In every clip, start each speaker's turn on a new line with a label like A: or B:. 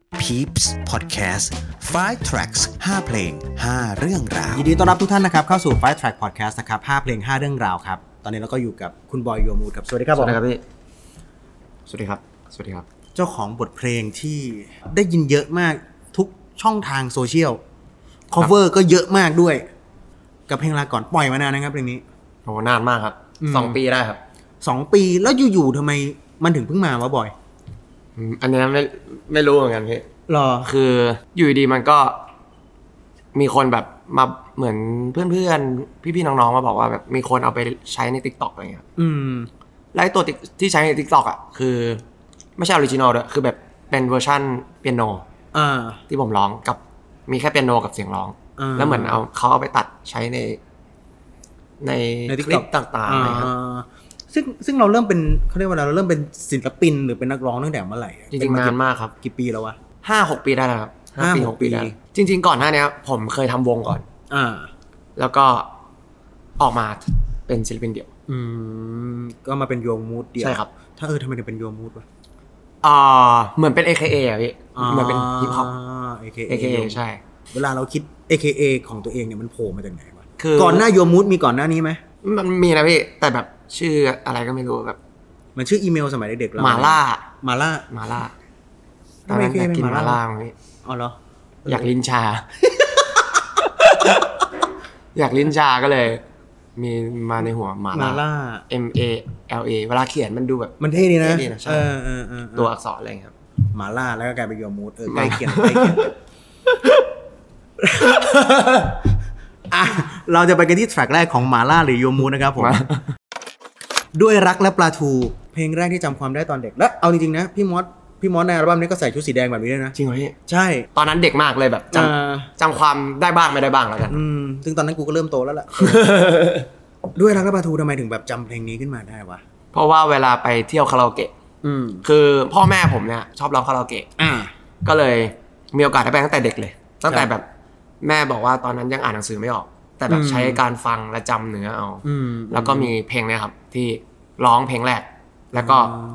A: Peeps Podcast 5 Tracks 5 เพลง 5 เรื่องราว
B: ยินดีต้อนรับทุกท่านนะครับเข้าสู่ Five Track Podcast นะครับ5เพลง 5 เรื่องราวครับ ตอนนี้เราก็อยู่กับคุณบอยโยมูดครับ สวัสดีครับ
C: สวัส
B: ผ
C: ดีค
B: ม
C: รับพี่ สวัสดีครับ สวัสดีครับ
B: เจ้าของบทเพลงที่ได้ยินเยอะมากทุกช่องทางโซเชียล cover ก็เยอะมากด้วย กับเพลงลาก่อนปล่อยมานานนะครับเพลงนี้
C: โอ้นานมากครับ
B: อืม
C: สองปีได้ครับ
B: สองปีแล้วอยู่ๆทำไมมันถึงเพิ่งมาวะบอย
C: อืมอันเนี้ยไม่ไม่รู้เหมือนกันพี่
B: รอ
C: คืออยู่ดีๆมันก็ มีคนแบบมาเหมือนเพื่อนๆ พี่ๆน้องๆมาบอกว่าแบบมีคนเอาไปใช้ใน t ิ k t o k อะไรเงี้ย
B: อืม
C: แล้วไอ้ตัว Tik- ที่ใช้ใน t ิ k t o k อ่ะคือ ไม่ใช่ออริจินอลด้วยคือแบบเป็นเวอร์ชันเปียโน
B: อ่า
C: ที่ผมร้องกับมีแค่เปียโนกับเสียงร้อง
B: อ่า
C: แล้วเหมือนเอาเขาเอาไปตัดใช้ใน ใน
B: ใน TikTok
C: คลิปต่างๆ
B: อ่า
C: อะไรครับ
B: ซึ่งซึ่งเราเริ่มเป็นเขาเรียกว่าอะไรเราเริ่มเป็นศิลปินหรือเป็นนักร้องตั้งแต่เมื่อไหร่อะ
C: จริงๆนานมากครับ
B: กี่ปีแล้ววะ
C: ห้าหกปีได้แล้วครับ
B: ห้า
C: ห้าปี
B: ห
C: ห
B: ก
C: ก
B: ปี
C: ปีได้แล้วจริง ๆ ก่อนหน้าเนี้ยผมเคยทำวงก่อน
B: อ่า
C: แล้วก็ออกมาเป็นศิลปินเดี่ยว
B: อืมก็มาเป็นโยงมูดเดียว
C: ใช่ครับ
B: ถ้าเออทำไมถึงเป็นโยงมูดวะ
C: เอ่อเหมือนเป็น AKA อะพี่เหมือนเป็นฮิปฮอป
B: า AKA
C: AKA ใช่
B: เวลาเราคิด AKA ของตัวเองเนี่ยมันโผล่มาจากไหนวะ
C: คือ
B: ก่อนหน้าโยงมูดมีก่อนหน้านี้ไหม
C: มันมีนะพี่ แต่แบบชื่ออะไรก็ไม่รู้แบบ
B: มันชื่ออีเมลสมัยเด็กๆเรา
C: หมาล่า
B: หมาล่า
C: หมาล่าต
B: ทำ
C: อน
B: ไม
C: นั้นอยากกิน
B: พี่
C: ห
B: ไม่ห
C: มา
B: มาล่า
C: ล่าพี่
B: อ๋อเหรอ
C: อยากลิ้นชา อยากลิ้นชาก็เลย มีมาในหัวหมา
B: หมา
C: ล่า
B: ล่า
C: M A L A เวลาเขียนมันดูแบบ
B: มันเท่ดีนะ
C: เท่ดีนะใช่
B: เออเออเออเออ
C: ตัวอักษรอะไรอย่างเงี้ยครับ
B: หมาล่าแล้วก็กลายเป็นโยงมูดเออ
C: ห
B: ใก
C: มา
B: ล้
C: ล่า
B: เคียงใกล้เคียง อ่ะเราจะไปกันที่แทร็กแรกของหมาล่าหรือโยงมูดนะครับผม ด้วยรักและปลาทู เพลงแรกที่จำความได้ตอนเด็กและเอาจริงๆนะ พี่มอสพี่มอสในอัลบั้มนี้ก็ใส่ชุดสีแดงแบบนี้ด้วยนะ
C: จริงเหรอพี่
B: ใช่
C: ตอนนั้นเด็กมากเลยแบบจ
B: อ่า
C: ำจำความได้บ้างไม่ได้บ้างแล้วกัน
B: อืมซึ่งตอนนั้นกูก็เริ่มโตแล้ว ล่ะ ด้วยรักและปลาทูทำไมถึงแบบจำเพลงนี้ขึ้นมาได้วะ
C: เพราะว่าเวลาไปเที่ยวคาราโอเกะ
B: อืม
C: คือพ่อแม่ผมเนี่ยชอบร้องคาราโอเกะ
B: อ่า
C: ก็เลยมีโอกาสได้ไปตั้งแต่เด็กเลย ตั้งแต่
B: ครับ
C: แบบแม่บอกว่าตอนนั้นยังอ่านหนังสือไม่ออก แต่แบ
B: อื
C: บ
B: ม
C: ใช้การฟังและจำเนื้อเอา
B: อืม
C: แล้วก็มีเพลงเนี่ยครับ ที่ร้องเพลงแรก แล้วก็
B: อ่า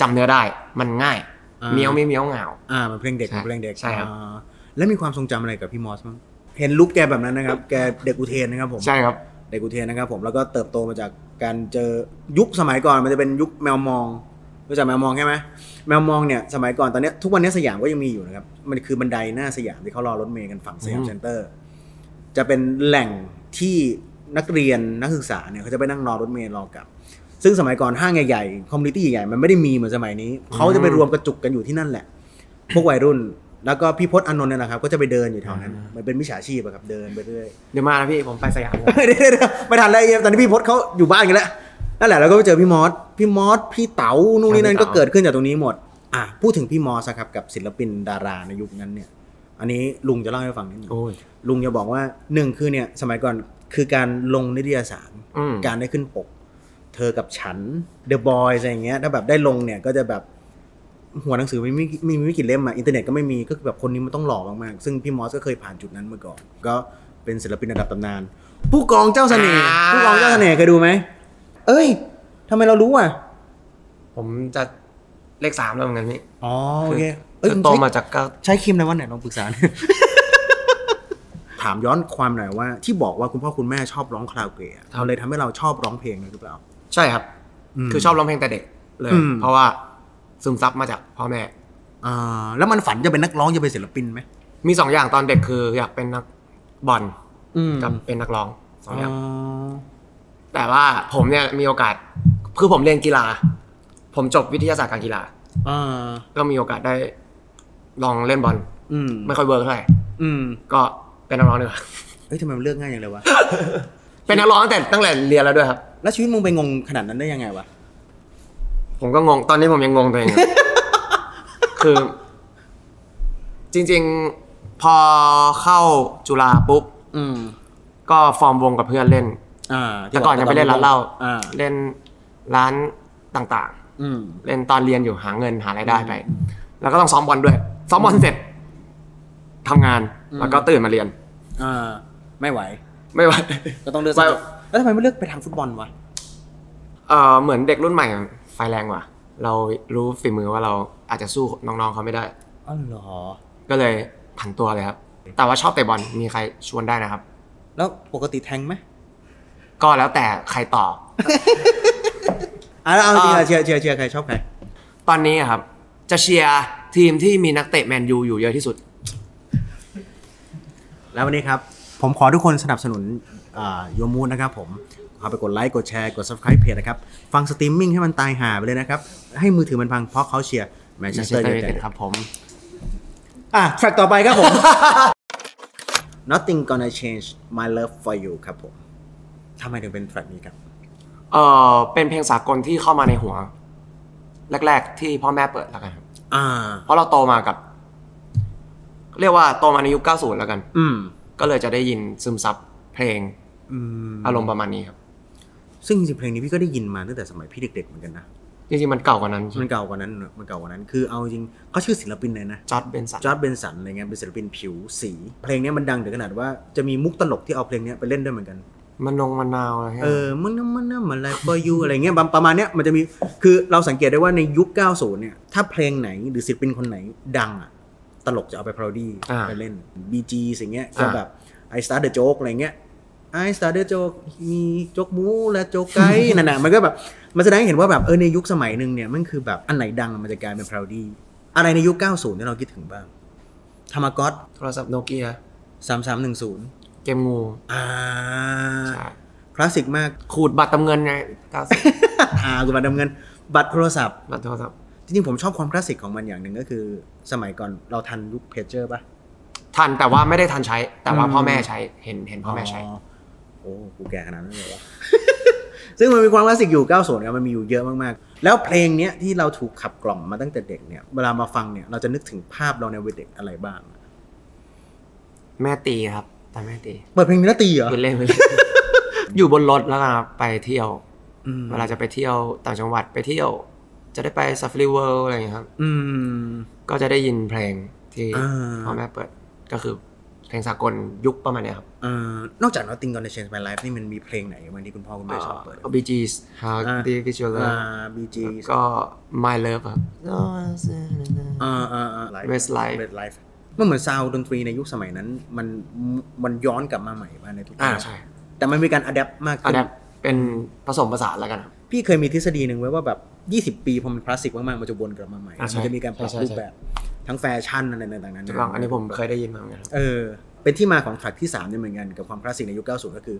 C: จำเนื้อได้มันง่าย
B: อ่า
C: เมียวไม่เมียวเหงา
B: อ่ามันเพลงเด็ก
C: ใช่
B: มันเพลงเด็ก
C: ใช่ครับ
B: อ่าแล้วมีความทรงจำอะไรกับพี่มอสบ้างเห็นลุคแกแบบนั้นนะครับ แกเด็กอุเทนนะครับผม
C: ใช่ครับ
B: เด็กอุเทนนะครับ ผมแล้วก็เติบโตมาจากการเจอยุคสมัยก่อนมันจะเป็นยุคแมวมองรู้จักแมวมองใช่ไหมแมวมองเนี่ยสมัยก่อนตอนเนี้ยทุกวันนี้สยามก็ยังมีอยู่นะครับมันคือบันไดหน้าสยามที่เขารอรถเมย์กันฝั่งสยาม
C: อืม
B: เซ็นเตอร์ จะเป็นแหล่งที่นักเรียนนักศึกษาเนี่ยเขาจะไปนั่งรอรถเมล์รอกลับ ซึ่งสมัยก่อนห้างใหญ่ๆคอมมูนิตี้ใหญ่ๆมันไม่ได้มีเหมือนสมัยนี้ เขาจะไปรวมกระจุกกันอยู่ที่นั่นแหละ พวกวัยรุ่น แล้วก็พี่พศอานนท์เนี่ยนะครับ ก็จะไปเดินอยู่แถวนั้น มันเป็นมิจฉาชีพอะครับเดินไปเรื่อย
C: เดี๋ยวมานะพี่ผมไปสยามก่อน
B: เดี๋ยวๆๆไม่ทันแล้วไอ้เหี้ยตอนนี้พี่พศเขาอยู่บ้านกันแล้วนั่นแหละแล้วก็ไปเจอพี่มอสพี่มอสพี่เต๋านู่นนี่นั่น
C: พี่
B: ก็
C: เต๋า
B: เกิดขึ้นจากตรงนี้หมด อ่ะพูดถึงพี่มอสอะครับกับศิลปินดาราในยุคนั้นเนี่ย อันนี้ลุงจะเล่าให้ฟังนิดนึง
C: โอ้ย
B: ลุงจะบอกว่าหนึ่งคือเนี่ยสมัยก่อนคือการลงนิตยสาร
C: อืม
B: การได้ขึ้นปก เธอกับฉันเดอะบอยอะไรอย่างเงี้ยถ้าแบบได้ลงเนี่ยก็จะแบบหัวหนังสือไม่มีมีมีไม่กี่เล่มอะอินเทอร์เน็ตก็ไม่มีก็คือแบบคนนี้มันต้องหล่อมากๆซึ่งพี่มอสก็เคยผ่านจุดนั้นมาก่อน ก็เป็นศิลปินระดับตำนาน ผู้กองเจ้าเสน่ห์
C: อ่า
B: ผู้กองเจ้าเสน่ห์เคยดูไหมเอ้ยทำไมเรารู้อ่ะ
C: ผมจะเลขสามแล้วเหมือนกันพี่
B: อ๋อโอเคเอ้ย
C: คือ
B: มึง
C: โต
B: ใช้
C: มาจากก็
B: ใช้ครีมอะไรวะเนี่ยลองปรึกษาหน่อย ถามย้อนความหน่อยว่า ที่บอกว่าคุณพ่อคุณแม่ชอบร้องคาราโอเกะอะเราเลยทำให้เราชอบร้องเพลงเลยหรือเปล่า
C: ใช่ครับ
B: อืม
C: คือชอบร้องเพลงแต่เด็กเลย
B: อืม
C: เพราะว่าซึมซับมาจากพ่อแม่
B: อ่าแล้วมันฝันจะเป็นนักร้องจะเป็นศิลปินไหม
C: มีสองอย่างตอนเด็กคืออยากเป็นนักบอล
B: อืม
C: กับเป็นนักร้องสองอย่าง
B: อ๋อ
C: แต่ว่าผมเนี่ยมีโอกาส คือผมเรียนกีฬา ผมจบวิทยาศาสตร์การกีฬา
B: อ่า
C: ก็มีโอกาสได้ลองเล่นบอล
B: อืม
C: ไม่ค่อยเวิร์กเท่าไหร่
B: อืม
C: ก็เป็นนักร้องดีกว่า
B: เฮ้ยทำไมมันเลือกง่ายอย่างเลยวะ
C: เป็นนักร้องตั้งแต่ตั้งแต่เรียนแล้วด้วยครับ
B: แล้วชีวิตมึงไปงงขนาดนั้นได้ยังไงวะ
C: ผมก็งง ตอนนี้ผมยังงงตัวเอ งอยู่ คือ จริง ๆ พอเข้าจุฬาปุ๊บ
B: อืม
C: ก็ฟอร์มวงกับเพื่อนเล่น
B: อ่า
C: แต่ก่อนยังไปเล่นร้านเหล้า
B: อ่า
C: เล่นร้านต่าง
B: อืม
C: ๆ เล่นตอนเรียนอยู่หาเงินหารายได้ไป แล้วก็ต้องซ้อมบอลด้วย ซ้อมบอลเสร็จทำงาน
B: อืม
C: แล้วก็ตื่นมาเรียน
B: อ่าไม่ไหว
C: ไม่ไหว
B: ก็ต้องเลือก
C: ไม่
B: แล้วทำไมไม่เลือกไปทางฟุตบอลวะ
C: เอ่อเหมือนเด็กรุ่นใหม่ไฟแรงกว่า เรารู้ฝีมือว่าเราอาจจะสู้น้องๆเขาไม่ได้
B: อ๋อเหรอ
C: ก็เลยผันตัวเลยครับ แต่ว่าชอบเตะบอลมีใครชวนได้นะครับ
B: แล้วปกติแทงไหม
C: ก็แล้วแต่ใครต่อบ
B: อ่ะแล้วเอาจริง
C: อ่า
B: ๆเชียร์เชียร์เชียร์ใครชอบใคร
C: ตอนนี้อะครับ จะเชียร์ทีมที่มีนักเตะแมนยูอยู่เยอะที่สุด
B: แล้ววันนี้ครับ ผมขอทุกคนสนับสนุนอ่าโยมูนนะครับผมเอาไปกดไลค์กดแชร์กด subscribe เพจนะครับ ฟังสตรีมมิ่งให้มันตายหาไปเลยนะครับ ให้มือถือมันพังเพราะเขาเชียร์แมนเชสเตอ
C: Manchester
B: ร์ยูไน
C: United
B: เต็ด
C: ครับผม
B: อ่ะแทร็กต่อไปครับผม Nothing gonna change my love for you ครับผมทำไมถึงเป็นแทร็กนี้ครับ
C: เออเป็นเพลงสากลที่เข้ามาในหัว แรก ๆ ที่พ่อแม่เปิดแล้วกันครับ
B: อ่า
C: เพราะเราโตมากับ เรียกว่าโตมาในยุค 90 แล้วกัน
B: อืม
C: ก็เลยจะได้ยินซึมซับเพลง
B: อืม
C: อารมณ์ประมาณนี้ครับ
B: ซึ่งจริงๆเพลงนี้พี่ก็ได้ยินมาตั้งแต่สมัยพี่เด็กๆเหมือนกันนะ
C: จริงๆมันเก่ากว่านั้น
B: มันเก่ากว่านั้นเนอะมันเก่ากว่านั้น คือเอาจริงเขาชื่อศิลปินเลยนะ
C: จอร์ดเบนสัน
B: จอร์ดเบนสันอะไรเงี้ยเป็นศิลปินผิวสี เพลงเนี้ยมันดังถึงขนาดว่าจะมีมุกตลกที่เอาเพลงเนี้ยไปเล่นด้วยเหมือนกัน
C: มันนงมันนาวอะไรเงี้ย
B: เออมึงน้ำมันน้ำอะไรก็ยูอะไรเงี้ยประประมาณเนี้ยมันจะมีคือเราสังเกตได้ว่าในยุค 90 เนี่ย ถ้าเพลงไหนหรือศิลปินคนไหนดังอะตลกจะเอาไปพา r o ดี้
C: า
B: ไปเล่น BG สิ่งเงี้ยก็
C: อ่า
B: แบบ I start the joke อะไรเงี้ย I start the joke มีโจกมูและโจกไก่ นั่นน่ะมันก็แบบ มันแสดงให้เห็นว่าแบบเออในยุคสมัยหนึ่งเนี่ยมันคือแบบอันไหนดังมันจะกลายเป็นพา r o ดี้อะไรในยุค 90 ที่เราคิดถึงบ้างธรรมก๊อต
C: โทรศัพท์โนเกีย
B: 3310
C: เกมงู
B: อ่า
C: ใช่
B: คลาสสิกมาก
C: ขูดบัตรตำเงินไง90
B: อ่ากูบัตรดำเงิน บัตรโทรศัพท์
C: บัตรโทรศัพท์
B: จริงๆผมชอบความคลาสสิกของมันอย่างหนึ่งก็คือ สมัยก่อนเราทันยุคเพจเจอร์ป่ะ
C: ทันแต่ว่าไม่ได้ทันใช้ แต่ว่า
B: อืม
C: พ่อแม่ใช้ เห็นเห็นพ่อแม่ใช้
B: โอ้กูแก่ขนาดนั้นเลยวะ ซึ่งมันมีความคลาสสิกอยู่ 90เนี่ยมันมีอยู่เยอะมากๆ แล้วเพลงเนี้ยที่เราถูกขับกล่อมมาตั้งแต่เด็กเนี่ย เวลามาฟังเนี่ย เราจะนึกถึงภาพเราในวัยเด็กอะไรบ้าง
C: แม่ตีครับ แต่แม่ตี
B: เปิดเพลงมีหนาตีเหรอ
C: ไปเล่นไป เล่น อยู่บนรถแล้วกันครับไปเที่ยว
B: อืม
C: เวลาจะไปเที่ยวต่างจังหวัดไปเที่ยว จะได้ไปซัฟ a รีเวิลด์อะไรอย่างเงี้ยครับ
B: อืม
C: ก็จะได้ยินเพลงที่
B: อ่า
C: พ่อแม่เปิดก็คือเพลงสากลยุคประมาณเนี้ยครับ
B: เอ่อนอกจาก Nothing Gonna Change My Life นี่มันมีเพลงไหนบ้างที่คุณพ่อคุณแม่ชอบเปิด
C: บีจีสฮาร์
B: อ่า
C: ดวิชวล
B: อ่า BG
C: ก็ My Love ครับ
B: อ่าอ่าอ่า
C: Westlife
B: เวสไลฟ์มันเหมือนซาวด์ดนตรีในยุคสมัยนั้น มันมันย้อนกลับมาใหม่มาในทุก
C: อ่า
B: ย่าง
C: ใช่
B: แต่มันมีการอัดแอปมาก
C: อั
B: ขึ้น
C: นนี้เป็นผสมผสานแล้วกันครับ
B: พี่เคยมีทฤษฎีหนึ่งไว้ว่าแบบ 20 ปีพอมันคลาสสิกมากๆ มันจะวนกลับมาใหม่
C: อ่าใช่
B: มันจะมีการปรับ
C: ใช่ใช่
B: รูปแบบ ทั้งแฟชั่นอะไรต่างๆนั้น
C: ถูกต้องอันนี้ผมเคยได้ยินมาเหมือนกันครับ
B: เออ เป็นที่มาของแทร็กที่3เนี่ยเหมือนกันกับความคลาสสิกในยุค 90 ก็คือ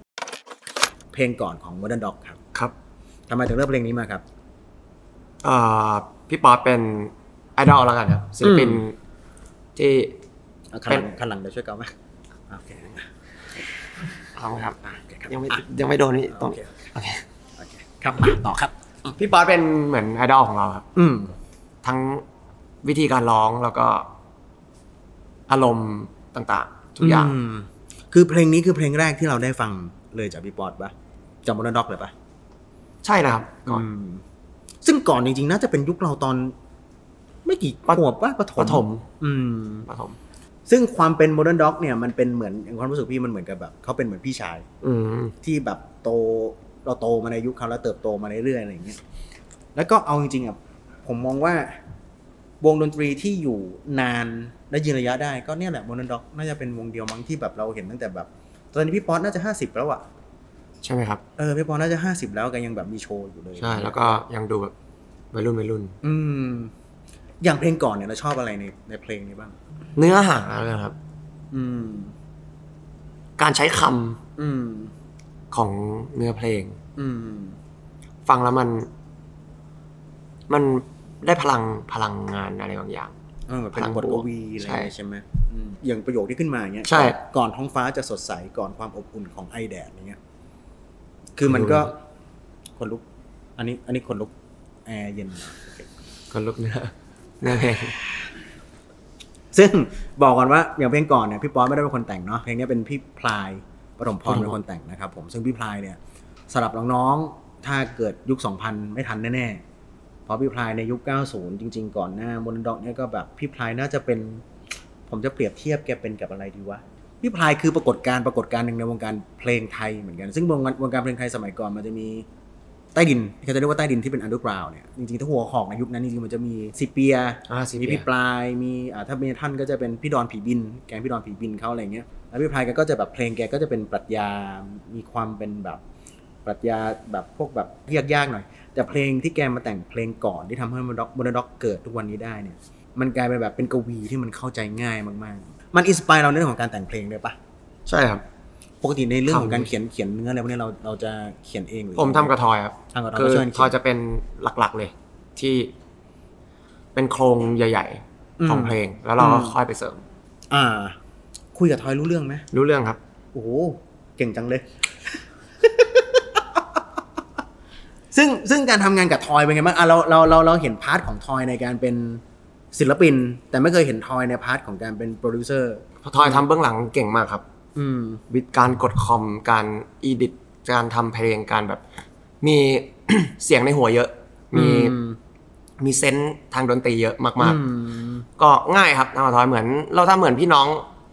B: เพลงก่อนของ Modern Dog ครับ
C: ครับ
B: ทำไมถึงเลือกเพลงนี้มาครับ
C: เอ่อพี่ป๊อปเป็นไอดอลแล้วกันครับศิลปิน
B: อืม
C: ที่
B: เอาคันหลัง
C: เป็น
B: คันหลังเดี๋ยวช่วยเกาไหมโอเค
C: ทำครับ
B: อ่ะโอเคครับ
C: ยังไม่
B: อ่ะ
C: ยังไม่โดนนี่ตร
B: โอง เค
C: โอเค
B: โอเคครับอ่ะต่อครับ
C: พี่ป๊อปเป็นเหมือนไอดอลของเราครับ
B: อืม
C: ทั้งวิธีการร้องแล้วก็อารมณ์ต่างๆ ทุกอย่าง
B: มคือเพลงนี้คือเพลงแรกที่เราได้ฟังเลยจากพี่ป๊อตปะจากมอนด็อกเลยปะ
C: ใช่นะครับก่อน
B: อืมซึ่งก่อนจริงๆน่าจะเป็นยุคเราตอน ไม่กี่
C: ปะ
B: ขวบว่าปฐม
C: ปฐม
B: อืม
C: ปฐม
B: ซึ่งความเป็นมอนด็อกเนี่ยมันเป็นเหมือนอย่างความรู้สึกพี่มันเหมือนกับแบบเขาเป็นเหมือนพี่ชาย
C: อืม
B: ที่แบบโตเราโตมาในยุคเขาแล้วเติบโตมาเรื่อยๆอะไรอย่างเงี้ย แล้วก็เอาจริงๆอ่ะผมมองว่า วงดนตรีที่อยู่นานและยืนระยะได้ก็เนี่ยแหละมอนด็อกน่าจะเป็นวงเดียวมั้งที่แบบเราเห็นตั้งแต่แบบ ตอนนี้พี่ป๊อตน่าจะห้าสิบแล้วอ่ะ
C: ใช่ไหมครับ
B: เออพี่ปอน่าจะห้าสิบแล้วแกันยังแบบมีโชว์อยู่เลย
C: ใช่แล้วก็ยังดูแบบวัยรุ่นวัยรุ่น
B: อืม อย่างเพลงก่อนเนี่ยเราชอบอะไรในในเพลงนี้บ้าง
C: เนื้อหาอะไรนะครับ
B: อืม
C: การใช้คำ
B: อืม
C: ของเนื้อเพลง
B: อืม
C: ฟังแล้วมัน มันได้พลังพลังงานอะไรบางอย่าง
B: เออเหมือนเป็นบทกวีอะไรอย่างเงี้ยใช่ไหมอืมอย่างประโยคที่ขึ้นมาอย่างเงี้ย
C: ใช่
B: ก่อนท้องฟ้าจะสดใสก่อนความอบอุ่นของไอแดดอย่างเงี้ย คือมันก็ขนลุก อันนี้ อันนี้ขนลุกแอร์เย็น
C: คนลุกเนื้อเนื้อเพลง
B: ซึ่งบอกก่อนว่าอย่างเพลงก่อนเนี่ยพี่ป๊อปไม่ได้เป็นคนแต่งเนาะเพลงเนี้ยเป็นพี่พลายปฐมพร
C: ปฐมพร
B: เป็นคนแต่งนะครับผมซึ่งพี่พลายเนี่ยสำหรับน้องๆถ้าเกิดยุค 2000 ไม่ทันแน่ๆเพราะพี่พลายในยุค 90 จริง ๆ ก่อนหน้ามนต์ดอกเนี่ยก็แบบพี่พลายน่าจะเป็น ผมจะเปรียบเทียบแกเป็นกับอะไรดีวะพี่พลายคือปรากฏการณ์ปรากฏการณ์หนึ่งในวงการเพลงไทยเหมือนกันซึ่งวงการวงการเพลงไทยสมัยก่อนมันจะมี ใต้ดินเขาจะเรียกว่าใต้ดินที่เป็นอันเดอร์กราวเนี่ยจริงๆถ้าหัวหอกในยุคนั้นจริงๆมันจะมีซีเปีย
C: อ่าซีเปี
B: มี
C: ย
B: พี่ปลายมีอ่าถ้าเป็นท่านก็จะเป็นพี่ดอนผีบิน แกงพี่ดอนผีบินเขาอะไรเงี้ยแล้วพี่พลายแกก็จะแบบเพลงแกก็จะเป็นปรัชญา มีความเป็นแบบปรัชญาแบบพวกแบบยากๆหน่อย แต่เพลงที่แกมาแต่งเพลงก่อนที่ทำให้มนด็อกมนด็อกเกิดทุกวันนี้ได้เนี่ย มันกลายเป็นแบบเป็นกวีที่มันเข้าใจง่ายมากๆ มันอินสปายเราในเรื่องของการแต่งเพลงด้วยปะ
C: ใช่ครับ
B: ปกติในเรื่องของการเขียนเขียนเนื้ออะไรพวกนี้เราเราจะเขียนเองหรือ
C: ผมทำกับทอยครับ
B: ทำกับเรา
C: คือ
B: ก็ช่วยกัน
C: ทอ
B: เขี
C: ย
B: ยน
C: จะเป็นหลักๆเลย ที่ เป็นโครงใหญ่ ๆ ของ
B: อืม
C: เพลง แล้วเราก็
B: อืม
C: ค่อยไปเสริม
B: อ่า คุยกับทอยรู้เรื่องไหม
C: รู้เรื่องครับ
B: โอ้โหเก่งจังเลย ซึ่งซึ่งการทำงานกับทอยเป็นไงบ้างอ่ะเราเราเราเราเห็นพาร์ทของทอยในการเป็นศิลปิน แต่ไม่เคยเห็นทอยในพาร์ทของการเป็นโปรดิวเซอร์
C: ทอยทำเบื้องหลังเก่งมากครับ
B: อืม
C: วิธีการกดคอม การอีดิต การทำเพลง การแบบ มี เสียงในหัวเยอะ มี
B: อืม
C: มีเซนส์ทางดนตรีเยอะ
B: อื
C: มาก
B: ม
C: ๆ ก็ง่ายครับทำกับทอยเหมือน เราทำเหมือนพี่น้อง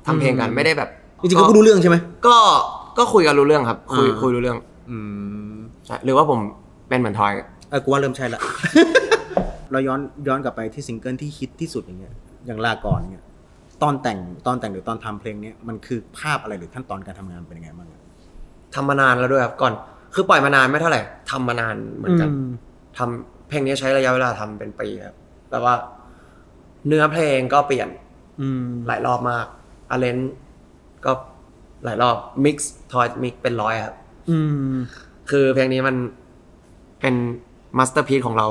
C: ทำเพลงกัน
B: อืม
C: ไม่ได้แบบ
B: จริงๆเขาก็รู้เรื่องใช่ไหม
C: ก็ ก็คุยกันรู้เรื่องครับ คุย
B: อ่า
C: คุยรู้เรื่อง
B: อืม
C: ใช่หรือว่าผมเป็นเหมือนทอย
B: เออกูว่าเริ่มใช่ละ เราย้อนย้อนกลับไปที่ซิงเกิลที่ฮิตที่สุดอย่างเงี้ย อย่างลาก่อนเนี่ย ตอนแต่งตอนแต่งหรือตอนทำเพลงเนี้ยมันคือภาพอะไรหรือขั้นตอนการทำงานเป็นยังไงบ้างอะ
C: ทำมานานแล้วด้วยครับก่อน คือปล่อยมานานไม่เท่าไหร่ทำมานานเหมือนกัน
B: อืม
C: ทำเพลงนี้ใช้ระยะเวลาทำเป็นปีครับแปลว่า เนื้อเพลงก็เปลี่ยน
B: อืม
C: หลายรอบมากอาเลนก็หลายรอบมิกซ์ทอยมิกเป็นร้อยครับ
B: อืม
C: คือเพลงนี้มันเป็นมาสเตอร์พี e ของเรา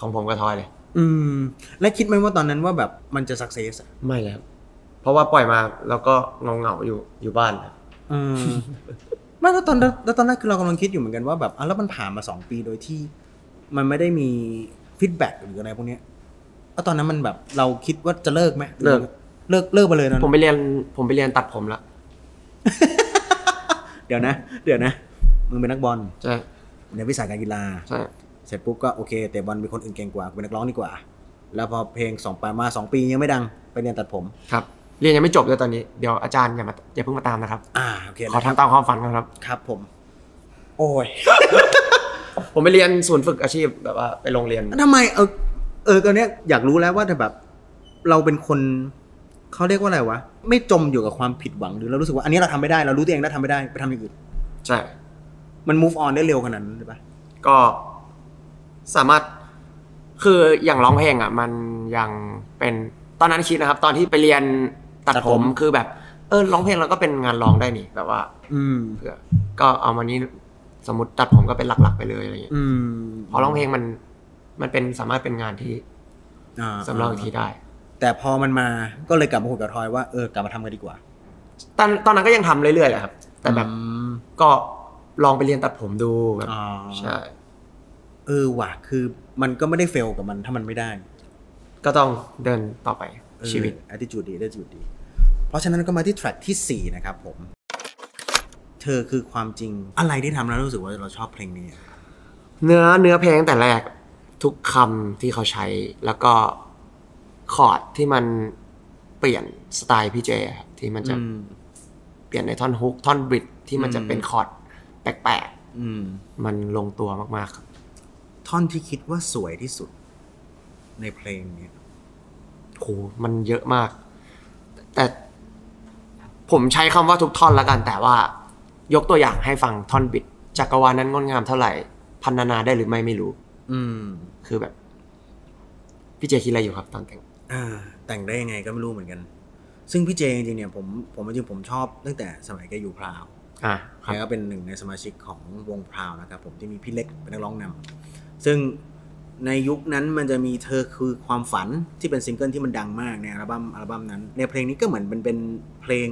C: ของผมกับทอยเลย
B: อืมและคิดไหมว่าตอนนั้นว่าแบบมันจะสักเซส
C: ไม่แล้ว เพราะว่าปล่อยมาแล้วก็เงาเงาๆอยู่อยู่บ้านครับ
B: เออ ไม่แล้วตอนแล้วแล้วตอนแรกคือเรากำลังคิดอยู่เหมือนกันว่าแบบอ่ะแล้วมันผ่านมาสองปีโดยที่ มันไม่ได้มีฟีดแบ็กหรืออะไรพวกเนี้ยแล้วตอนนั้นมันแบบเราคิดว่าจะเลิกไหม
C: เลิก
B: เลิกเลิกไปเลยตอนนั้น
C: ผมไปเรียนผมไปเรียนตัดผมละ
B: เดี๋ยวนะ เดี๋ยวนะ มึงเป็นนักบอล
C: ใช่
B: ในวิสาหการกีฬา
C: ใช่
B: เสร็จปุ๊บก็โอเคเตะบอลมีคนอื่นเก่งกว่ากูเป็นนักร้องดีกว่า แล้วพอเพลงสองปามาสองปียังไม่ดัง ไปเรียนตัดผม
C: ครับ เรียนยังไม่จบเลยตอนนี้เดี๋ยวอาจารย์อย่ามาอย่าเพิ่งมาตามนะครับ
B: อ่าโอเค
C: ขอ
B: นะ
C: ทำตามความฝันก่อนครับ
B: ครับผม โอ้ย
C: ผมไปเรียนศูนย์ฝึกอาชีพแบบว่าไปโรงเรียน
B: ทำไมเออเออตอนเนี้ยอยากรู้แล้วว่าแต่แบบ เราเป็นคนเขาเรียกว่าอะไรวะ ไม่จมอยู่กับความผิดหวังหรือเรารู้สึกว่าอันนี้เราทำไม่ได้เรารู้ตัวเองแล้วทำไม่ได้ไปทำอย่างอื่น
C: ใช่
B: มัน move on ได้เร็วขนาดนั้นหรือเปะ
C: ก็สามารถคืออย่างร้องเพลงอ่ะ มันยังเป็นตอนนั้นคิดนะครับ ตอนที่ไปเรียนตัดผมคือแบบ เออร้องเพลงเราก็เป็นงานร้องได้นี่แบบว่า
B: อืม
C: เผื่อก็เอามานี้สมมติตัดผมก็เป็นหลัก ๆ ไปเลยอะไรอย่างเงี้ย
B: อืม
C: เพอร้องเพลงมันมันเป็นสามารถเป็นงานที่
B: อ่า
C: สำหรับอีกทีได้
B: แต่พอมันมาก็เลยกลับมาคุยกับทอยว่าเออกลับมาทำกันดีกว่า
C: ตอนตอนนั้นก็ยังทำเรื่อยๆแหละครับ แต่แบบ
B: อืม
C: ก็ลองไปเรียนตัดผมดูแบบ
B: อ๋อ
C: ใช่
B: เออว่ะคือมันก็ไม่ได้เฟลกับมันถ้ามันไม่ได้
C: ก็ต้องเดินต่อไปชีวิต
B: อ attitude ดี attitude ดี เพราะฉะนั้นก็มาที่ track ที่ 4 นะครับผม เธอคือความจริงอะไรที่ทำแล้วรู้สึกว่าเราชอบเพลงนี้
C: เนื้อเนื้อเพลงตั้งแต่แรกทุกคำที่เขาใช้แล้วก็คอร์ดที่มันเปลี่ยนสไตล์พี่เจครับที่มันจะ
B: อืม
C: เปลี่ยนในท่อนฮุกท่อนบริดจ์ที่มันจะ
B: อืม
C: เป็นคอร์ดแปลก
B: อืม
C: ๆ มันลงตัวมากๆครับ
B: ท่อนที่คิดว่าสวยที่สุด ในเพลงเนี้ย
C: โหมันเยอะมาก แต่ผมใช้คำว่าทุกท่อนละกัน แต่ว่า ยกตัวอย่างให้ฟังท่อนบิดจักรวาลนั้นงดงามเท่าไหร่พันนานาได้หรือไม่ไม่รู้
B: อืม
C: คือแบบ พี่เจคิดอะไรอยู่ครับตอนแต่ง
B: อ่าแต่งได้ยังไงก็ไม่รู้เหมือนกัน ซึ่งพี่เจจริงๆเนี่ยผมผมจริงๆผมชอบตั้งแต่สมัยแกอยู่พราว
C: อ่ะครับ
B: แล้วก็เป็นหนึ่งในสมาชิกของวงพราวนะครับผมที่มีพี่เล็กเป็นนักร้องนำซึ่งในยุคนั้นมันจะมีเธอคือความฝันที่เป็นซิงเกิลที่มันดังมากในอัลบั้มอัลบั้มนั้น ในเพลงนี้ก็เหมือนเป็นเป็นเพลง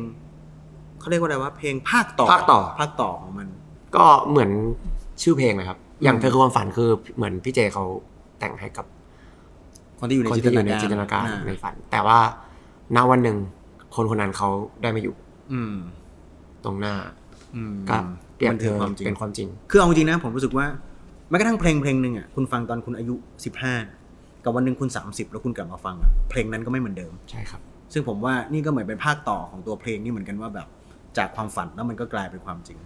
B: เขาเรียกว่าอะไรว่าเพลงภาคต่อ
C: ภาคต่อ
B: ภาคต่อของมัน
C: ก็เหมือนชื่อเพลงเลยครับ อย่าง
B: อืม
C: เธอคือความฝันคือเหมือนพี่เจเขาแต่งให้กับ
B: คนที่อยู่ใน
C: คน
B: จิน
C: ที่
B: ต
C: อยู่ใน
B: นาการ
C: จินตนาการ
B: อ่
C: ในฝัน แต่ว่าณวันหนึ่งคนคนนั้นเขาได้มาอยู่
B: อืม
C: ตรงหน้า
B: อืม
C: ก็เปลี่ยน
B: มัน
C: เธ
B: คือ
C: อ
B: ความจริง
C: เป็นความจริง
B: คือเอาจริงนะผมรู้สึกว่าแม้กระทั่งเพลงเพลงหนึ่งอ่ะคุณฟังตอนคุณอายุ 15 กับวันหนึ่งคุณ 30 แล้วคุณกลับมาฟังอ่ะเพลงนั้นก็ไม่เหมือนเดิม
C: ใช่ครับ
B: ซึ่งผมว่านี่ก็เหมือนเป็นภาคต่อของตัวเพลงนี่เหมือนกันว่าแบบจากความฝันแล้วมันก็กลายเป็นความจริง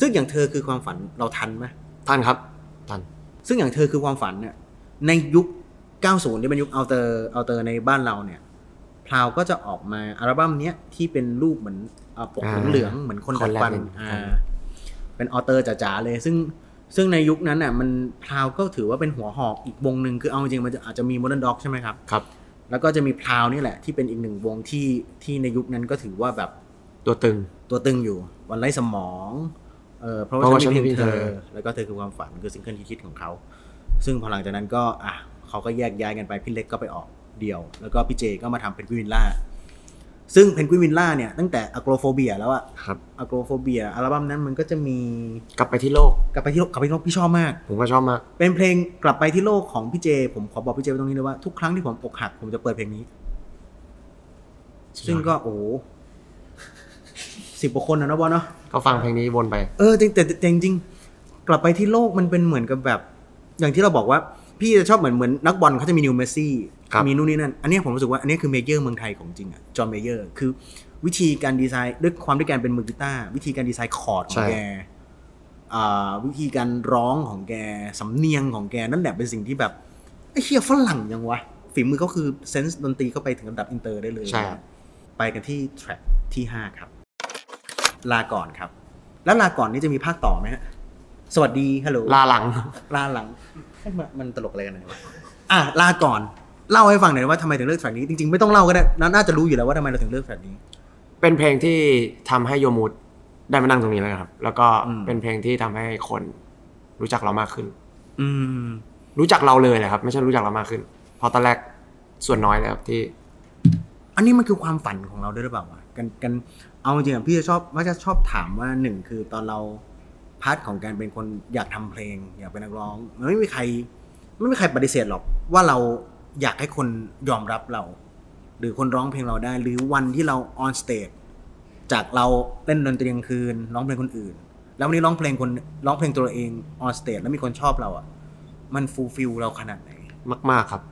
B: ซึ่งอย่างเธอคือความฝันเราทันไหม
C: ทันครับทัน
B: ซึ่งอย่างเธอคือความฝันเนี่ยในยุค 90 ที่เป็นยุคเอาเตอร์เอาเตอร์ในบ้านเราเนี่ยพราวก็จะออกมาอัลบั้มเนี้ยที่เป็นรูปเหมือนเอ่อปก
C: อ่า
B: เหลืองๆเหมือนคนดัดฟัน
C: คนละเป็น
B: อ่า
C: ครับ
B: เป็นเอาเตอร์จ๋าๆเลย ซึ่งซึ่งในยุคนั้นน่ะมันพราวก็ถือว่าเป็นหัวหอกอีกวงหนึ่งคือเอาจริงๆมันจะอาจจะมีโมเดิร์นด็อกใช่ไหมครับ
C: ครับ
B: แล้วก็จะมีพราวนี่แหละที่เป็นอีกหนึ่งวงที่ที่ในยุคนั้นก็ถือว่าแบบ
C: ตัวตึง
B: ตัวตึงอยู่วันไร้สมองเออเพราะว่า
C: เพราะว่า
B: ฉัน
C: ฉั
B: มี
C: นมี
B: เพียง
C: เพียงเธ
B: เธ
C: อ
B: อ แล้วก็เธอคือความฝันคือซิงเกิลที่คิดของเขา ซึ่งพอหลังจากนั้นก็อ่ะเขาก็แยกย้ายกันไปพี่เล็กก็ไปออกเดี่ยว แล้วก็พี่เจก็มาทำเพนกวินวิลล่าซึ่งเพนกวินวิลล่าเนี่ยตั้งแต่อ g โกรโฟเบียแล้วอะ
C: ครับ
B: อ g โกรโฟเบียอัลบั้มนั้นมันก็จะมี
C: กลับไปที่โลก
B: กลับไปที่โลกกลับไปที่โลกพี่ชอบมาก
C: ผมก็ชอบมาก
B: เป็นเพลงกลับไปที่โลกของพี่เจ ผมขอบอกพี่เจไว้ตรงนี้เลยว่าทุกครั้งที่ผมอกหักผมจะเปิดเพลงนี้ ซึ่งก็โอ้ สิบกว่าคนนะนะบอลเนาะ
C: ก็ฟังเพลงนี้วนไป
B: เออจริงแต่แต่จริงๆกลับไปที่โลกมันเป็นเหมือนกับแบบ อย่างที่เราบอกว่า พี่จะชอบเหมือนเหมือนนักบอลเขาจะมีนิวเมสซี่
C: ครับ
B: มีนู่นนี่นั่น อันเนี้ยผมรู้สึกว่าอันเนี้ยคือเมเยอร์เมืองไทยของจริงอะจอห์นเมเยอร์คือ วิธีการดีไซน์ด้วยความด้วยการเป็นมือกีตาร์วิธีการดีไซน์คอร์ดของแกอ่าวิธีการร้องของแกสำเนียงของแกนั่นแหละเป็นสิ่งที่แบบไอ้เฮียฝรั่งยังวะฝีมือเขาคือเซนส์ดนตรีเข้าไปถึงระดับอินเตอร์ได้เลย
C: ใช่ครับ
B: ไปกันที่แทร็กที่ 5 ครับ ลาก่อนครับ แล้วลาก่อนนี่จะมีภาคต่อไหมฮะสวัสดีฮัลโหล
C: ลาหลัง
B: ลาหลังเอ้ยมันมันตลกอะไรกันเนี่ยวะอ่ะลาก่อน เล่าให้ฟังหน่อยว่าทำไมถึงเลือกแทร็กนี้ จริงๆ ไม่ต้องเล่าก็ได้น่าน่าจะรู้อยู่แล้วว่าทำไมเราถึงเลือกแทร็กนี้
C: เป็นเพลงที่ทำให้โยมูดได้มานั่งตรงนี้แล้วครับ แล้วก็
B: อืม
C: เป็นเพลงที่ทำให้คนรู้จักเรามากขึ้น
B: อืม
C: รู้จักเราเลยแหละครับ ไม่ใช่รู้จักเรามากขึ้นเพอตอนแรกส่วนน้อยเลยครับที่
B: อันนี้มันคือความฝันของเราด้วยหรือเปล่าวะกันกันเอาจริงๆอะพี่จะชอบว่าจะชอบถามว่าหนึ่งคือตอนเราพาร์ทของการเป็นคนอยากทำเพลง อยากเป็นนักร้องมันไม่มีใครไม่มีใครปฏิเสธหรอก ว่าเราอยากให้คนยอมรับเรา หรือคนร้องเพลงเราได้ หรือวันที่เราออนสเตจจากเราเล่นดนตรีกลางคืนร้องเพลงคนอื่น แล้ววันนี้ร้องเพลงคนร้องเพลงตัวเราเองออนสเตจแล้วมีคนชอบเราอ่ะมันฟูลฟิลเราขนาดไหน
C: มากๆครับ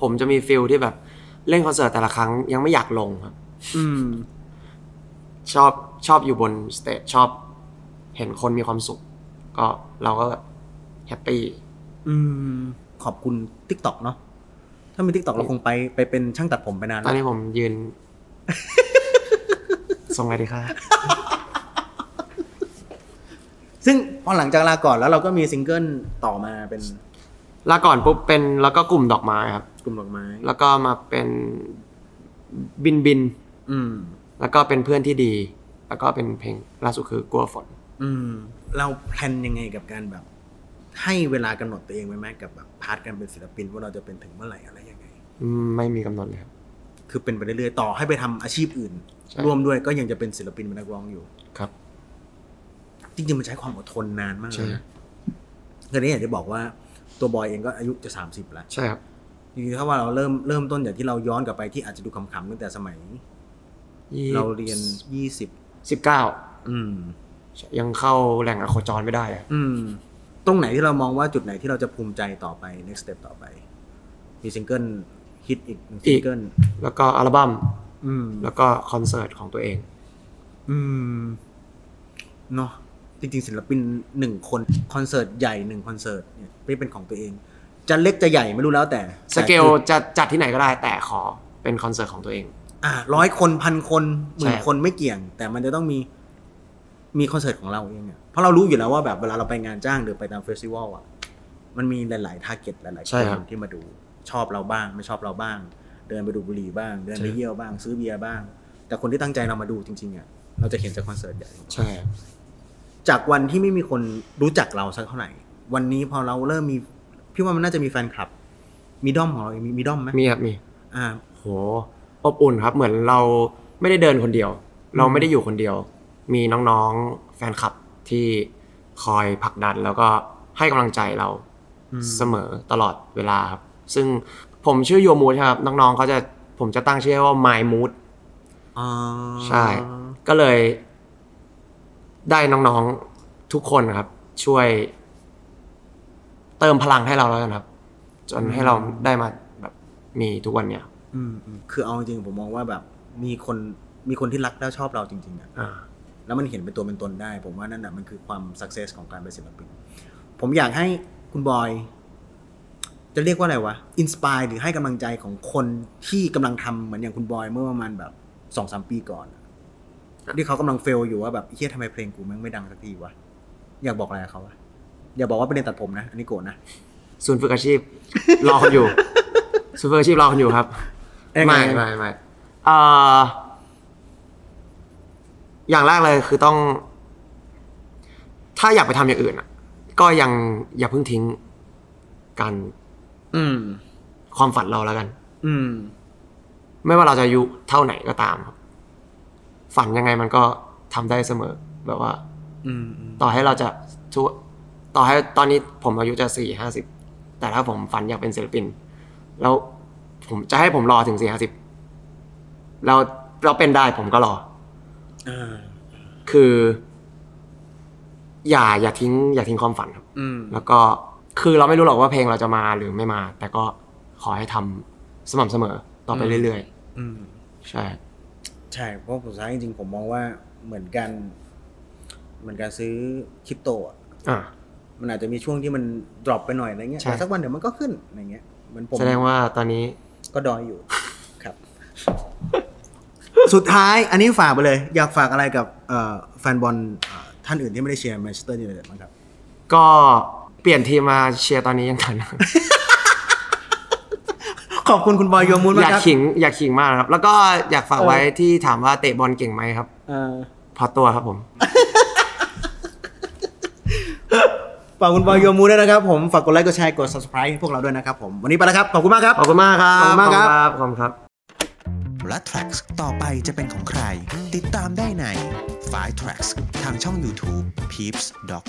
C: ผมจะมีฟิลที่แบบเล่นคอนเสิร์ตแต่ละครั้งยังไม่อยากลงครับ
B: อืม
C: ชอบชอบอยู่บนสเตจชอบเห็นคนมีความสุข ก็เราก็แบบแฮปปี้
B: อืมขอบคุณ t ิ k t o k เนาะถ้ามี t ิ k t o k เราคงไปไปเป็นช่างตัดผมไปนาน
C: ตอน
B: แล้ว
C: นี้ผมยื น ส่งไงดีครับ
B: ซึ่งพอหลังจากลาก่อนแล้วเราก็มีซิงเกิลต่อมาเป็น
C: ลาก่อนปุ๊บเป็นแล้วก็กลุ่มดอกไม้ครับ
B: กลุ่มดอกไม้
C: แล้วก็มาเป็นบินบิน
B: อืม
C: แล้วก็เป็นเพื่อนที่ดี แล้วก็เป็นเพลงล่าสุดคือกลัวฝน
B: อืม เราแพลนยังไงกับการแบบ ให้เวลากำหนดตัวเองไว้ไหมกับแบบพาร์ทการเป็นศิลปินว่าเราจะเป็นถึงเมื่อไหร่อะไรยังไง
C: อืมไม่มีกำหนดเลยครับ
B: คือเป็นไปเรื่อยๆต่อให้ไปทำอาชีพอื่น
C: ใช่
B: ร่วมด้วยก็ยังจะเป็นศิลปินเป็นนักร้องอยู่
C: ครับ
B: จริงๆมันใช้ความอดทนนานมากเล
C: ใช่
B: ยนะคืออนนี้อยากจะบอกว่าตัวบอยเองก็อายุจะสามสิบแล้ว
C: ใช่ครับ
B: จริงๆถ้าว่าเราเริ่มเริ่มต้นจากที่เราย้อนกลับไปที่อาจจะดูขำๆตั้งแต่สมัย เราเรียนยี่สิบ
C: สิบเก้า
B: อืม
C: ยังเข้าแหล่งอโคจรไม่ได้อะ
B: อืม ตรงไหนที่เรามองว่าจุดไหนที่เราจะภูมิใจต่อไป next step ต่อไป มีซิงเกิลฮิตอีกหนึ่งซิงเกิล
C: แล้วก็อัลบั้ม
B: อืม
C: แล้วก็คอนเสิร์ตของตัวเอง
B: อืมเนาะจริงๆ ศิลปินหนึ่งคนคอนเสิร์ตใหญ่หนึ่งคอนเสิร์ตเนี่ยไม่เป็นของตัวเอง จะเล็กจะใหญ่ไม่รู้แล้วแต่
C: สเกล
B: แต่คือ
C: จะจัดที่ไหนก็ได้แต่ขอเป็นคอนเสิร์ตของตัวเอง
B: อ่ะร้อยคนพันคนหมื่น
C: ใช่
B: คนไม่เกี่ยง แต่มันจะต้องมีมีคอนเสิร์ตของเราเองอะเพราะเรารู้อยู่แล้วว่าแบบเวลาเราไปงานจ้างหรือไปตามเฟสติวัลอ่ะ มันมีหลาย ๆ ทาร์เก็ตหลาย ๆ ค
C: ใช่ครับ
B: นที่มาดูชอบเราบ้าง ไม่ชอบเราบ้าง เดินไปดูบุหรี่บ้าง เดินไป
C: ใช่
B: เยี่ยวบ้าง ซื้อเบียร์บ้าง แต่คนที่ตั้งใจเรามาดูจริง ๆอ่ะเราจะเห็นจากคอนเสิร์ตใหญ่
C: ใช่
B: จากวันที่ไม่มีคนรู้จักเราสักเท่าไหร่ วันนี้พอเราเริ่มมี พี่ว่ามันน่าจะมีแฟนคลับ มีด้อมของเราเองมีมีด้อมไหม
C: มีครับมี
B: อ่า
C: โหอบอุ่นครับ เหมือนเราไม่ได้เดินคนเดียว เราไม่ได้อยู่คนเดียว มีน้องๆแฟนคลับที่คอยผลักดันแล้วก็ให้กำลังใจเรา
B: อืม
C: เสมอตลอดเวลาครับ ซึ่งผมชื่อโยมูดครับน้องๆเขาจะผมจะตั้งชื่อให้ว่า My Mood
B: อ๋อ
C: ใช่ ก็เลยได้น้องๆทุกคนครับ ช่วยเติมพลังให้เราแล้วกันครับ จนให้เราได้มาแบบมีทุกวันเนี่ยครับ
B: อืมอืมคือเอาจริงๆผมมองว่าแบบ มีคนมีคนที่รักและชอบเราจริงๆอ่ะ
C: อ่า
B: แล้วมันเห็นเป็นตัวเป็นตนได้ ผมว่านั่นแหะมันคือความสักเซสของการเป็นศิลปิน ผมอยากให้คุณบอย จะเรียกว่าอะไรวะอินสปายหรือให้กำลังใจของคนที่กำลังทำเหมือนอย่างคุณบอยเมื่อประมาณแบบสองสามปีก่อนอะที่เขากำลังเฟลอยู่ว่าแบบเฮียทำไมเพลงกูแม่งไม่ดังสักทีวะอยากบอกอะไรกับเขาวะอย่าบอกว่าไปเรียนตัดผมนะ อันนี้โกรธนะ
C: ศูนย์ฝึกอาชีพ รอคุณ อยู่ ศูนย์ฝึกอาชีพรอคุณอยู่ครับ ไม่ไม่ไม่เอ่ออย่างแรกเลยคือต้อง ถ้าอยากไปทำอย่างอื่นอะก็ยังอย่าเพิ่งทิ้งการ
B: อืม
C: ความฝันเราแล้วกัน
B: อืม
C: ไม่ว่าเราจะอายุเท่าไหนก็ตามครับฝันยังไงมันก็ทำได้เสมอ แบบว่า
B: อืมอืม
C: ต่อให้เราจะช่วต่อให้ตอนนี้ผมอายุจะสี่ห้าสิบแต่ถ้าผมฝันอยากเป็นศิลปิน แล้วผมจะให้ผมรอถึงสี่ห้าสิบเราเราเป็นได้ผมก็รอ
B: อ่า
C: คือ อย่าอย่าทิ้ง อย่าทิ้งความฝันครับ
B: อืม
C: แล้วก็คือเราไม่รู้หรอกว่าเพลงเราจะมาหรือไม่มา แต่ก็ขอให้ทำสม่ำเสมอต่อไป
B: อืม
C: เรื่อย
B: อืม
C: ๆ ใช่
B: ใช่เพราะสุดท้ายจริงๆผมมองว่าเหมือนกัน เหมือนการซื้อคริปโตอะ
C: อ่ะ
B: มันอาจจะมีช่วงที่มันดรอปไปหน่อยอะไรเงี้ย
C: ใช่
B: แต่สักวันเดี๋ยวมันก็ขึ้นอะไรเงี้ยเหมือนผม
C: แสดงว่าตอนนี้
B: ก็ดอยอยู่ ครับ สุดท้ายอันนี้ฝากไปเลย อยากฝากอะไรกับเอ่อแฟนบอลเอ่อท่านอื่นที่ไม่ได้เชียร์แมนเชสเตอร์ยูไนเต็ดบ้างครับ
C: ก็เปลี่ยนทีมมาเชียร์ตอนนี้ยังทัน
B: ขอบคุณคุณบอยโยมูล
C: อ
B: มาก
C: ยาก
B: ครับ
C: ขิงอยากขิงมากนะครับ แล้วก็อยากฝากไว้ที่ถามว่าเตะบอลเก่งไหมครับ
B: เออ
C: พอตัวครับผม
B: ฝากคุณบอยโยมูลด้วยนะครับผมฝากกดไลค์กดแชร์กด subscribe พวกเราด้วยนะครับผมวันนี้ไปแล้วครับขอบคุณมากครับ
C: ขอบคุณมากครับ
B: ขอบคุณมากครับ
C: ขอบคุณครับ
A: และ Tracks ต่อไปจะเป็นของใคร ติดตามได้ใน f i Tracks ทางช่อง YouTube Peeps Doc